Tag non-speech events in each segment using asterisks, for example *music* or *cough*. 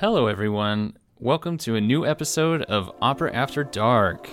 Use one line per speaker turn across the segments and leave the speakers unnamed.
Hello, everyone. Welcome to a new episode of Opera After Dark.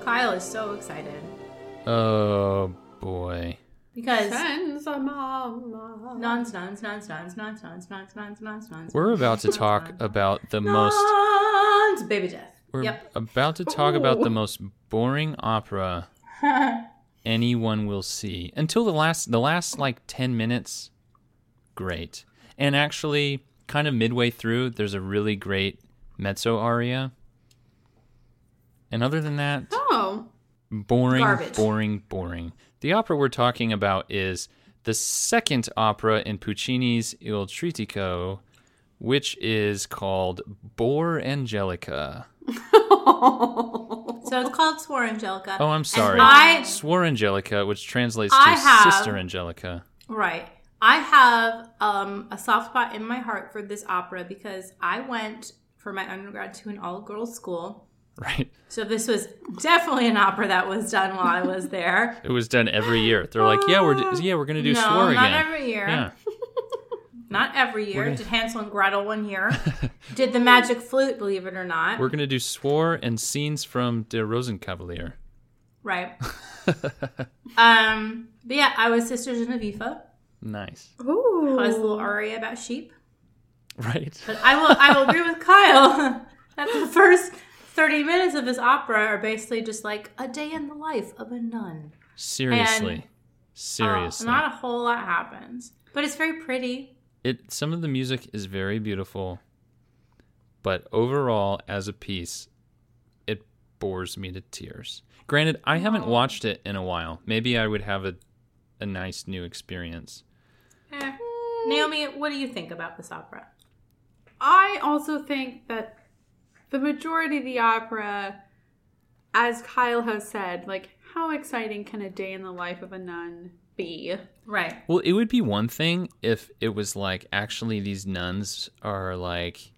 Kyle is so excited
Oh, boy.
because
Friends are mama.
*laughs*
nuns, nuns, nuns, nuns, nuns, nuns, nuns, nuns, nuns, nuns.
We're about to
*laughs*
talk about the most.
Nuns, baby death.
We're
Yep.
about to talk about
Ooh.
the most boring opera anyone will see until the last the last like 10 minutes great and actually kind of midway through there's a really great mezzo aria and other than that
oh,
boring,
Garbage.
boring, boring. The opera we're talking about is the second opera in Puccini's Il Trittico, which is called Bor Angelica.
So it's called Swore Angelica.
Oh, I'm sorry.
And I
Swore Angelica, which translates to
I have-
Sister Angelica. *laughs*
right. I have um, a soft spot in my heart for this opera because I went for my undergrad to an all-girls school.
Right.
So this was definitely an opera that was done while I was there.
It was done every year. They're like, yeah, we're yeah, we're gonna *laughs* do
Um, no,
Swore
not
again.
every year. *laughs*
yeah.
Not every year.
gonna-
Did Hansel and Gretel one year.
*laughs*
Did the magic flute, believe it or not.
We're gonna do Swore and scenes from De Rosenkavalier. *laughs*
right. um, but yeah, I was Sister Genevieve. *laughs*
Nice.
ooh,
I was a little aria about sheep.
Right.
But I will I will agree with Kyle *laughs* that the first 30 minutes of this opera are basically just like a day in the life of a nun.
Seriously.
And, Uh,
Seriously.
not a whole lot happens. But it's very pretty.
it some of the music is very beautiful but overall as a piece it bores me to tears granted i haven't watched it in a while maybe i would have a, a nice new experience
Eh. Naomi, what do you think about this opera?
I also think that the majority of the opera, as Kyle has said, like how exciting can a day in the life of a nun be?
Right.
well it would be one thing if it was like actually these nuns are like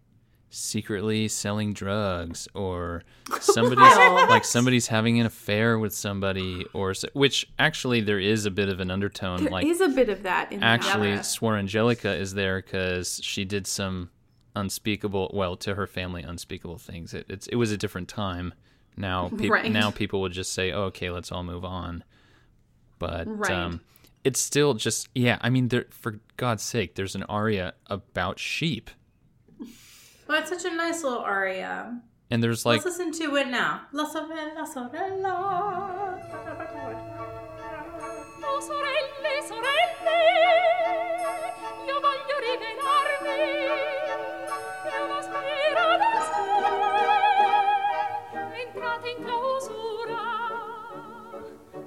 secretly selling drugs or
*laughs*
somebody's
What?
like somebody's having an affair with somebody or s- which actually there is a bit of an undertone
There is
like
a bit of that in
actually
the opera.
swore Angelica is there because she did some unspeakable well to her family unspeakable things it, it's, it was a different time
*laughs*
now peop
Right.
now people would just say oh, okay let's all move on but
Right.
um, it's still just yeah i mean there, for god's sake there's an aria about sheep
Well, it's such a nice little aria.
and there's like
Let's listen to it now. La sorella, sorella.
Oh sorelle, sorelle, io voglio rivelarvi è una sfera d'amore. Entrate in clausura,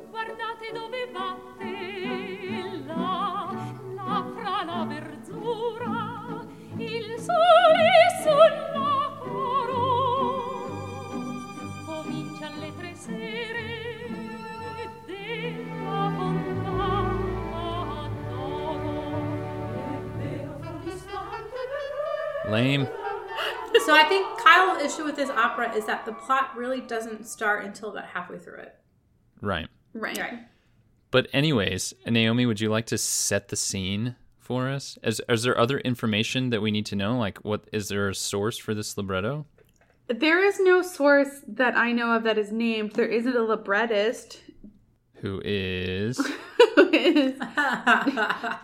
guardate dove batte là, là fra la verzura, il sole sulla corona. Comincian le tre sere della bontà d'oro. Ebbero fu distante per
lame
So I think Kyle's issue with this opera is that the plot really doesn't start until about halfway through it.
right
right.
Right.
but anyways naomi would you like to set the scene for us is, is there other information that we need to know like what is there a source for this libretto
There is no source that I know of that is named. There isn't a librettist. *laughs*
who is *laughs*
It's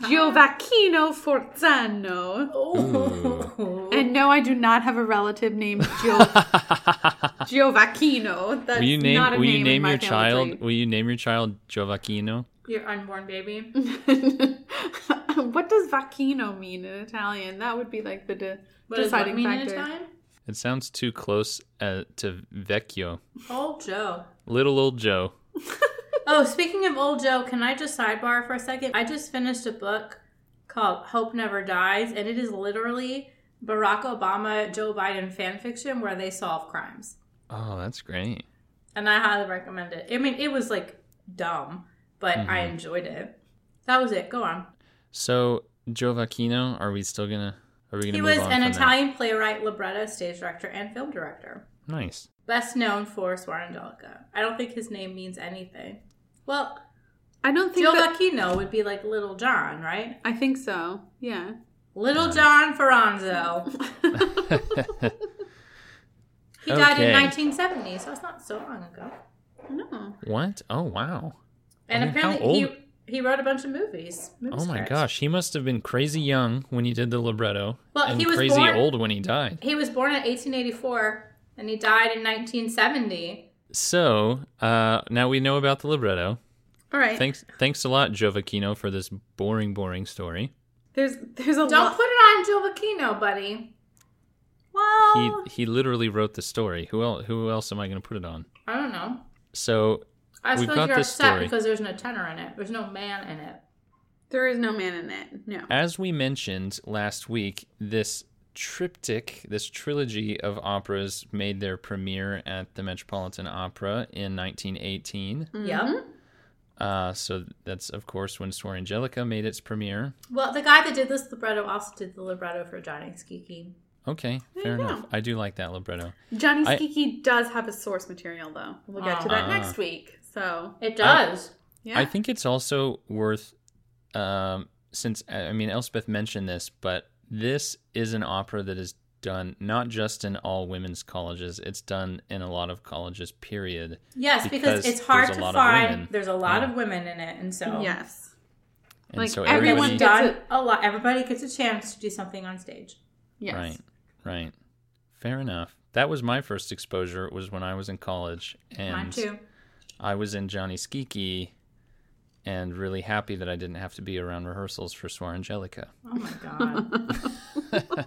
Giovacchino Forzano.
oh.
And no, I do not have a
*laughs*
relative named Gio- Giovacchino. That's
will you name
not a
will you
name in
name
my
your
family
child
tree. *laughs*
will you name your child Giovacchino?
*laughs* your unborn baby.
what does vacchino mean in Italian? That would be like the de-
What does that
deciding
mean in
factor.
Italian?
It sounds too close uh, to vecchio.
Old Joe.
Little old Joe.
Oh, speaking of old Joe, can I just sidebar for a second? I just finished a book called Hope Never Dies, and it is literally Barack Obama, Joe Biden fan fiction where they solve crimes.
Oh, that's great.
And I highly recommend it. I mean, it was like dumb, but I
Mm-hmm.
enjoyed it. That was it. Go on.
So Giovacchino, are we still gonna are we gonna
He
move
was
on
an
from that?
Italian playwright, libretto, stage director, and film director.
Nice.
Best known for Swan Angelica. I don't think his name means anything. Well,
I don't think
Joe
that-
Bacchino would be like Little John, right?
I think so. Yeah.
Little John
*laughs*
Ferranzo. He died
Okay.
in 1970, so it's not so long ago.
No.
What? Oh wow.
And
I mean, how
apparently
old-
he he wrote a bunch of movies. movie
Oh my
scripts.
gosh, he must have been crazy young when he did the libretto,
Well,
and
he was
crazy
born-
old when he died.
He was born in 1884 and he died in 1970.
So uh, now we know about the libretto.
All right.
Thanks, thanks a lot, Giovacchino, for this boring, boring story.
there's there's a
Don't
lot.
put it on Joe Bacchino, buddy. Well,
He he literally wrote the story. Who else? Who else am I going to put it on?
I don't know.
So
I just
We've
feel
got
like you're
this
upset
story.
because there's no tenor in it. There's no man in it.
there is no man in it. No.
as we mentioned last week, this triptych, this trilogy of operas, made their premiere at the Metropolitan Opera in 1918.
Mm-hmm.
Yep.
Uh, so that's of course when Sor Angelica made its premiere.
Well, the guy that did this libretto also did the libretto for Johnny Skiki.
Okay, fair enough. I do like that libretto.
Johnny
I-
Skiki does have a source material though. We'll get to that
Ah.
next week. So
Oh.
It does.
yeah.
I think it's also worth, um, since I I mean Elspeth mentioned this, but this is an opera that is done not just in all women's colleges; it's done in a lot of colleges. Period.
yes, because,
because
it's hard
there's a
to
lot of women.
find. There's a lot
Yeah.
of women in it, and so
yes.
And
Like,
so
everyone
everybody,
everyone's
gets
done
it.
a lot. Everybody gets a chance to do something on stage.
Yes.
right, right, fair enough. That was my first exposure. Was when I was in college, and
Mine too.
I was in Johnny Skiki, and really happy that I didn't have to be around rehearsals for Sor Angelica.
Oh my god.
*laughs*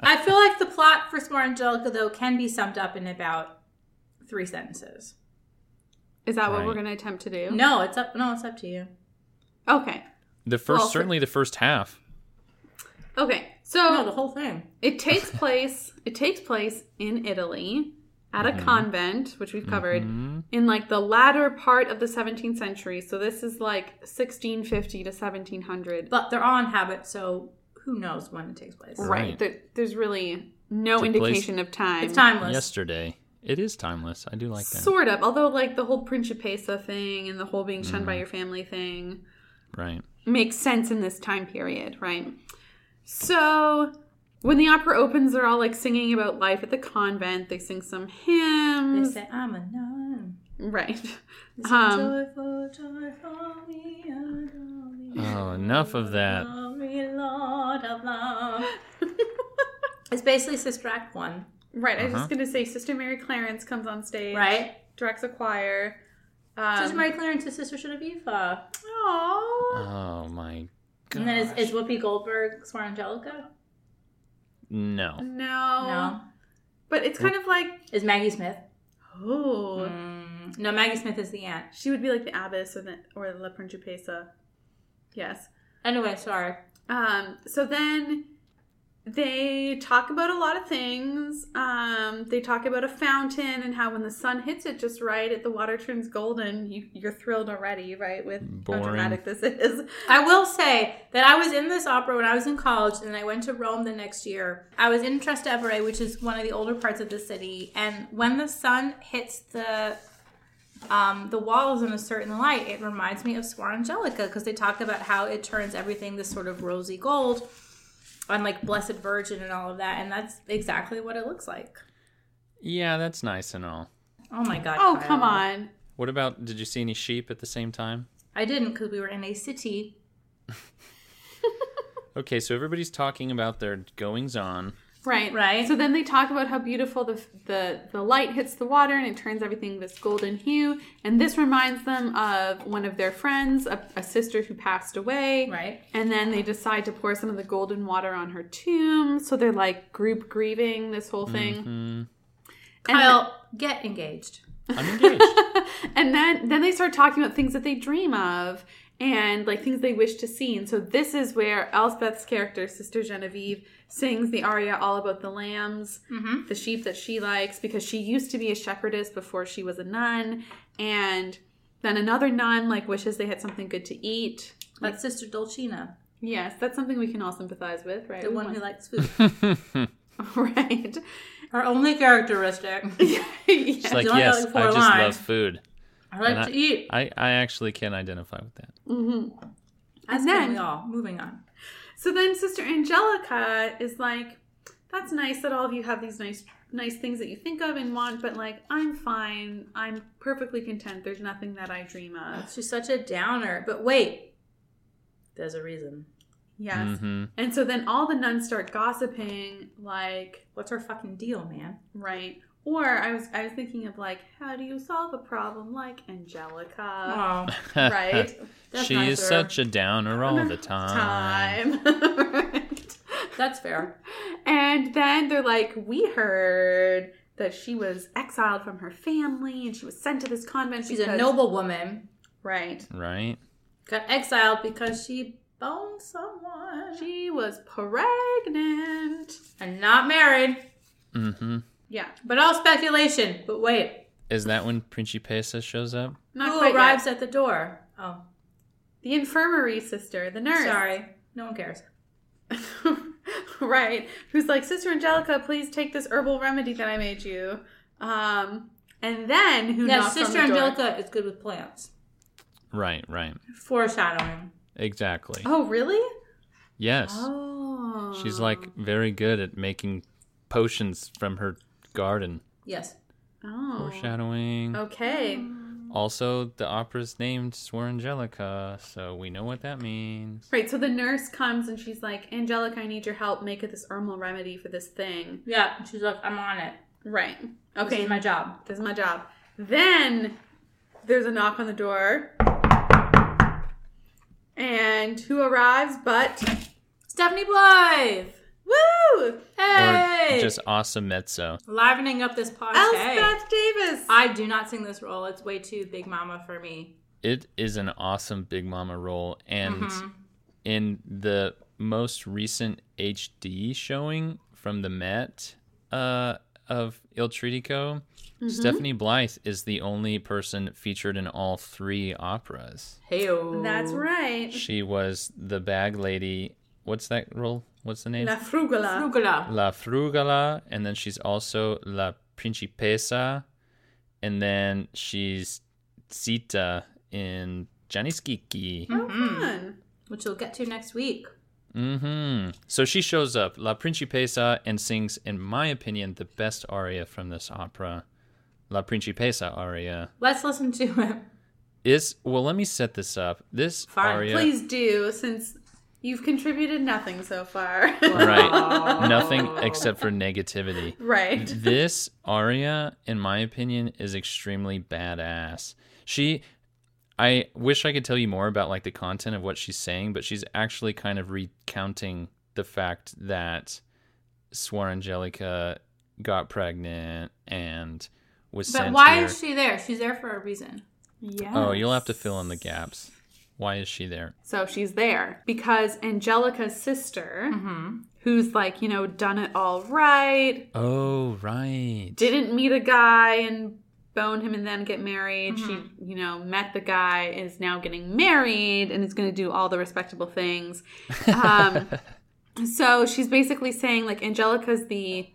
I feel like the plot for Smart Angelica though can be summed up in about three sentences.
Is that what
Right.
we're gonna attempt to do?
No, it's up. No, it's up to you.
Okay.
The first,
Well, for-
certainly the first half.
Okay.
Oh.
So
No, the whole thing.
It takes place. It takes place in Italy at
Mm-hmm.
a convent, which we've covered in like the latter part of the 17th century. So this is like 1650 to 1700.
But they're all on habit, so who knows when it takes place?
right. There, there's really no
Took place-
indication of time.
It's timeless.
yesterday. It is timeless. I do like that.
Sort of, although like the whole principessa thing and the whole being shunned by
Mm-hmm.
your family thing
right.
makes sense in this time period, right? So when the opera opens, they're all like singing about life at the convent. They sing some
They
hymns,
say I'm a nun.
right? *laughs*
It's
Um,
joyful, joyful, me adore me.
Oh, enough of that.
Love me, Lord of love. *laughs* it's basically Sister Act One,
Right. I was
Uh-huh.
just gonna say, Sister Mary Clarence comes on stage,
right?
Directs a choir. Um,
Sister Mary Clarence is Sister Genevieve.
Aw.
Oh my god.
And then is, is Whoopi Goldberg Swan Angelica?
no.
No.
No.
But it's kind of like,
Is Maggie Smith?
oh,
Mm, no, Maggie Smith is the aunt.
she would be like the abbess or the or La Principessa. Yes.
Anyway, sorry.
Um, so then they talk about a lot of things. Um, they talk about a fountain and how when the sun hits it just right, it, the water turns golden. You, you're thrilled already, right? With
Boring.
how dramatic this is.
I will say that I was in this opera when I was in college, and I went to Rome the next year. I was in Trastevere, which is one of the older parts of the city, and when the sun hits the um, the walls in a certain light, it reminds me of Swan Angelica because they talk about how it turns everything this sort of rosy gold, and like Blessed Virgin and all of that, and that's exactly what it looks like.
Yeah, that's nice and all.
Oh my god!
Oh,
Kyle.
come on.
What about? Did you see any sheep at the same time?
I didn't because we were in a city.
Okay, so everybody's talking about their goings on.
Right,
Right.
So then they talk about how beautiful the, the the light hits the water and it turns everything this golden hue. And this reminds them of one of their friends, a, a sister who passed away.
Right.
And then they decide to pour some of the golden water on her tomb. So they're like group grieving this whole thing. And
Kyle, get engaged. *laughs*
I'm engaged.
and then then they start talking about things that they dream of and like things they wish to see and so this is where elspeth's character sister genevieve sings the aria all about the lambs the sheep that she likes because she used to be a shepherdess before she was a nun and then another nun like wishes they had something good to eat
That's Sister Dolcina,
yes that's something we can all sympathize with right
the
We
one who
want-
likes food. *laughs*
*laughs* right
Her only *laughs* characteristic.
yeah.
It's like,
you only got,
yes,
like, four
I just love
lines."
food.
I like
And
to eat.
I, I actually can identify with that.
Mm-hmm.
As can
And then-
we all. Moving on.
So then Sister Angelica is like, that's nice that all of you have these nice nice things that you think of and want, but like I'm fine. I'm perfectly content. There's nothing that I dream of.
She's such a downer. But wait, there's a reason.
Yes.
hmm
And so then all the nuns start gossiping like,
What's her fucking deal, man?
right. Or I was I was thinking of like, how do you solve a problem like
Oh,
Angelica?
*laughs*
Right?
that's
she is
nicer.
such a downer all
*laughs*
the time.
*laughs* Time. *laughs* Right.
That's fair.
And then they're like, we heard that she was exiled from her family and she was sent to this convent.
She's a
because-
noble woman.
Right.
Right?
Got exiled because she boned someone.
She was pregnant.
and not married.
hmm
Yeah.
But all speculation. But wait,
Is that when Principessa shows up?
Not
who
quite
arrives
yet.
at the door? Oh,
The infirmary sister, the nurse.
sorry. No one cares.
*laughs* right. Who's like, Sister Angelica, please take this herbal remedy that I made you. Um, and then who
Yeah,
knocks on
Sister
the door?
Angelica is good with plants.
Right, right.
Foreshadowing.
Exactly.
Oh, really?
Yes.
Oh.
She's like very good at making potions from her garden.
Yes.
Oh.
Foreshadowing.
Okay.
Also, the opera's named Swirangelica, so we know what that means.
Right, so the nurse comes and she's like, Angelica, I need your help. Make it this herbal remedy for this thing.
Yeah, and she's like, I'm on it.
Right.
This
Okay,
is my job.
this is my job. Then there's a knock on the door. And who arrives but
Stephanie Blythe!
Woo!
Hey!
Or just awesome mezzo.
Livening up this podcast.
Elspeth Davis.
I do not sing this role. It's way too big mama for me.
It is an awesome Big Mama role, and
Mm-hmm.
in the most recent HD showing from the Met uh, of Il Trittico,
Mm-hmm.
Stephanie Blythe is the only person featured in all three operas.
Hey,
That's right.
She was the bag lady. What's that role? What's the name?
La Frugola.
Rugula.
La Frugala, and then she's also La Principessa, and then she's Zita in Janiskiki.
Mm-hmm.
Fun.
Which you'll get to next week.
Mm-hmm. So she shows up, La Principessa, and sings, in my opinion, the best aria from this opera. La Principessa aria
Let's listen to it.
is well. Let me set this up. This
Fine,
aria,
Please do, since you've contributed nothing so far.
right? Nothing except for negativity.
*laughs* right.
Mm-hmm. this aria in my opinion is extremely badass she i wish i could tell you more about like the content of what she's saying but she's actually kind of recounting the fact that swarangelica got pregnant and was
But
sent
why
here.
is she there? She's there for a reason.
Yeah.
oh you'll have to fill in the gaps why is she there
So she's there because Angelica's sister, who's like, you know, done it all right,
oh right
didn't meet a guy and bone him and then get married. She, you know, met the guy, is now getting married, and is going to do all the respectable things. Um, so she's basically saying, like, Angelica's the.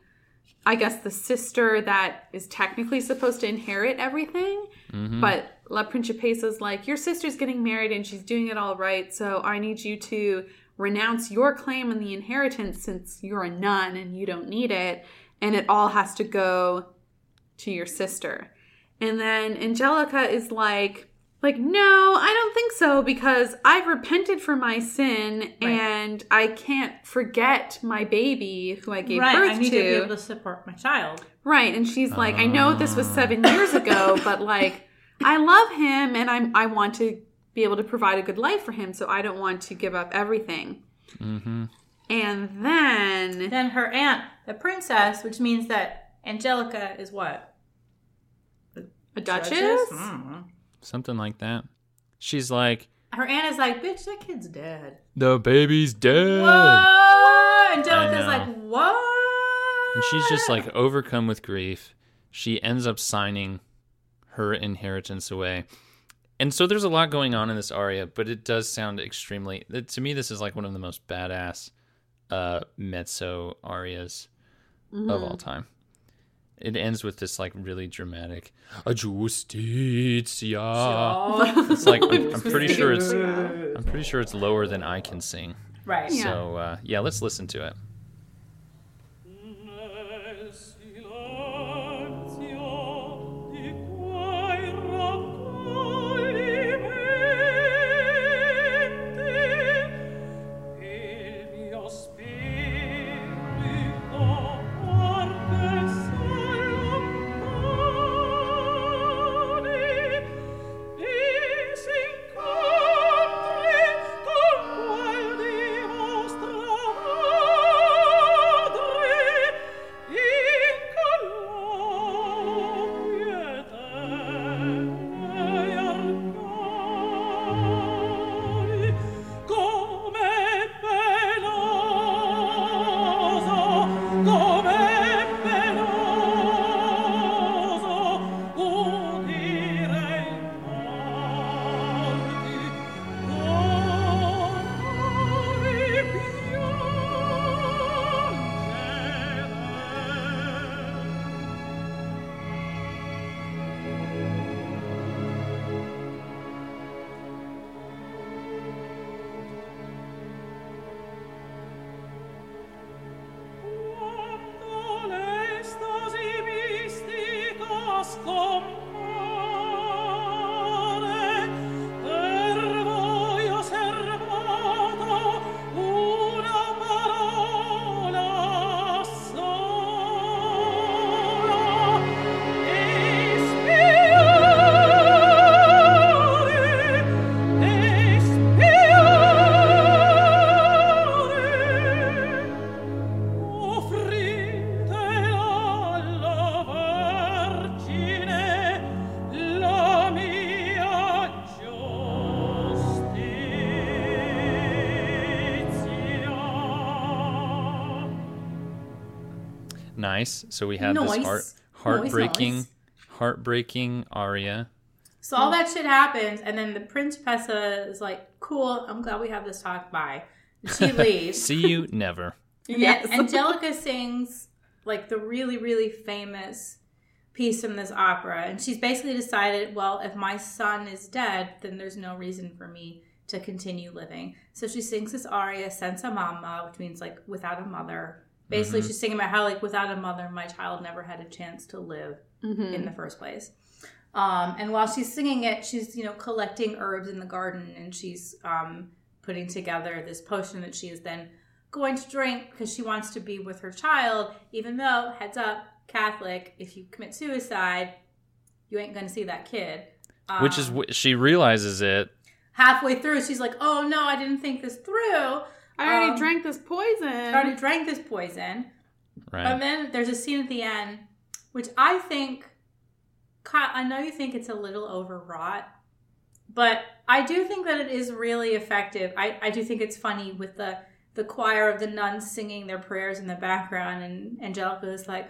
I guess the sister that is technically supposed to inherit everything,
Mm-hmm,
Mm-hmm.
but La Principesa's like, Your sister's getting married and she's doing it all right, so I need you to renounce your claim on the inheritance since you're a nun and you don't need it, and it all has to go to your sister. And then Angelica is like, like, no, I don't think so because I've repented for my sin
Right.
and I can't forget my baby who I gave
right,
birth
I need to. be
to.
able to support my child.
Right, and she's like, I know this was seven
Ah. *laughs*
years ago, but like, I love him, and I'm I want to be able to provide a good life for him, so I don't want to give up everything.
Mm-hmm.
And then
Then her aunt, the princess, which means that Angelica is what?
a duchess,
Mm.
Something like that. She's like,
Her aunt is like, bitch, that kid's dead.
the baby's dead.
What? Angelica's
I know.
like, what?
And she's just like overcome with grief. She ends up signing her inheritance away. And so there's a lot going on in this aria, but it does sound extremely. it- To me, this is like one of the most badass uh, mezzo arias of all time. It ends with this like really dramatic "A Justitia. It's like I'm, I'm pretty sure it's I'm pretty sure it's lower than I can sing.
right.
Yeah.
So uh, yeah, let's listen to it.
Nel silenzio di quei raccoglimenti il mio spirito parte s'allontani disincontri con quel di vostra madre Yeah. Quando l'estasi mistica scompare, per voi ho serbato una parola sola. Ispirare, ispirare. Offritela alla Vergine la mia giustizia.
Nice. So we have
Nice.
this heart, heartbreaking,
Nice,
heartbreaking aria.
So all that shit happens, and then the princessa is like, "Cool, I'm glad we have this talk. Bye." And
*laughs*
she leaves.
See
*laughs*
you never.
And
Yes.
then Angelica sings like the really, really famous piece from this opera, and she's basically decided, well, if my son is dead, then there's no reason for me to continue living. So she sings this aria, "Senza Mamma," which means like without a mother. Basically, she's singing about how like without a mother, my child never had a chance to live
Mm-hmm.
*laughs* in the first place. Um, and while she's singing it, she's you know collecting herbs in the garden, and she's um, putting together this potion that she is then going to drink because she wants to be with her child. Even though, heads up, Catholic, if you commit suicide, you ain't going to see that kid. Um,
Which is wh- she realizes it.
halfway through, she's like, "Oh no, I didn't think this through.
I already
Um,
drank this poison.
I already drank this poison."
Right.
And then there's a scene at the end, which I think, Kyle, I know you think it's a little overwrought, but I do think that it is really effective. I, I do think it's funny with the, the choir of the nuns singing their prayers in the background, and Angelica is like,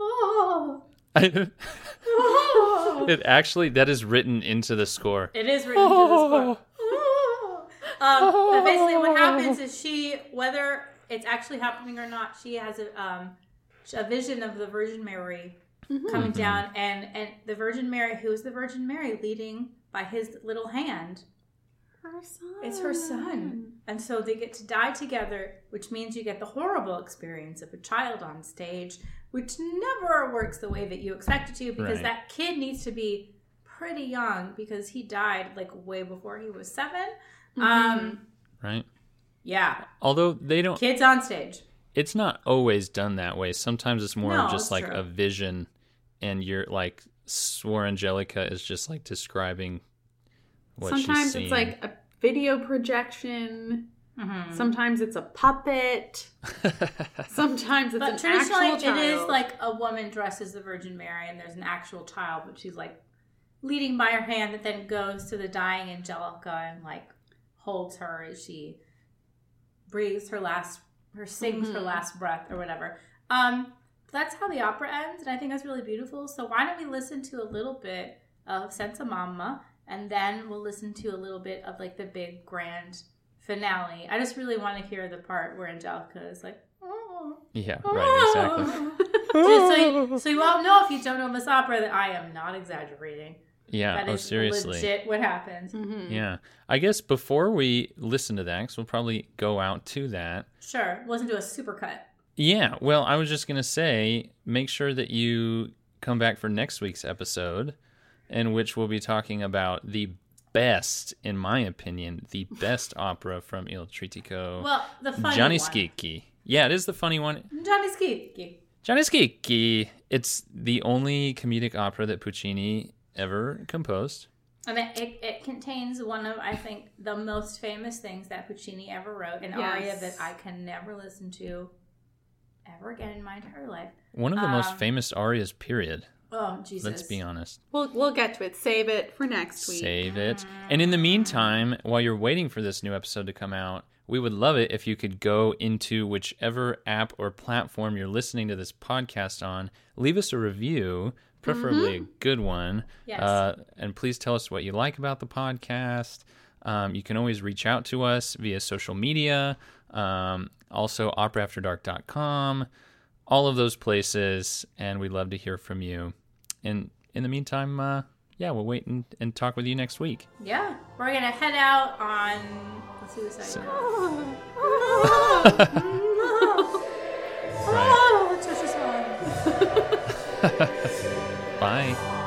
oh, oh.
*laughs* it actually that is written into the score.
It is written to the score. Um, but basically, what happens is she, whether it's actually happening or not, she has a, um, a vision of the Virgin Mary coming down, and and the Virgin Mary, who is the Virgin Mary, leading by his little hand.
her son.
It's her son, And so they get to die together, which means you get the horrible experience of a child on stage, which never works the way that you expect it to because
Right.
that kid needs to be pretty young because he died like way before he was 7 Um,
right?
yeah,
Although they don't,
kids on stage.
it's not always done that way. Sometimes it's more
No,
of just
it's
like
true.
a vision, and you're like, Swar Angelica is just like describing what she's
Sometimes
seeing.
it's like a video projection.
Mm-hmm.
Sometimes it's
*laughs*
a puppet. Sometimes it's
But
an
traditionally,
actual child.
it is like a woman dressed as the Virgin Mary, and there's an actual child, but she's like leading by her hand that then goes to the dying Angelica and like holds her as she breathes her last, or sings her
Mhm.
last breath or whatever. Um, that's how the opera ends, and I think that's really beautiful. So why don't we listen to a little bit of Senza Mamma, and then we'll listen to a little bit of like the big grand finale. I just really want to hear the part where Angelica is like. "Oh."
yeah, right,
*laughs*
exactly.
Just so, you, so you all know if you don't know this opera that I am not exaggerating.
Yeah.
That
Oh,
is
seriously.
legit what happens.
Mhm.
Yeah. I guess before we listen to that, 'cause we'll probably go out to that.
Sure, wasn't do a supercut.
Yeah. Well, I was just going to say make sure that you come back for next week's episode, in which we'll be talking about the best, in my opinion,
*laughs*
the best opera from Il Trittico.
Well, the funny
Johnny
one.
Skiki. Yeah, it is the funny one.
Johnny Ski.
Johnny Skiki. It's the only comedic opera that Puccini ever composed.
And it, it, it contains one of I think the most famous things that Puccini ever wrote, an
Yes.
aria that I can never listen to ever again in my entire life.
One of the most
Um,
famous arias, period.
Oh Jesus!
Let's be honest.
We'll we'll get to it. Save it for next week.
Save it. And in the meantime, while you're waiting for this new episode to come out, we would love it if you could go into whichever app or platform you're listening to this podcast on, leave us a review, preferably
Mm-hmm.
a good one.
Yes.
Uh, and please tell us what you like about the podcast. Um, you can always reach out to us via social media, um, also operaafterdark.com, all of those places. And we'd love to hear from you. And in the meantime, uh, yeah, we'll wait and, and talk with you next week.
Yeah, we're gonna head out on the suicide. note.
Right.
Oh, it's just one.
Bye.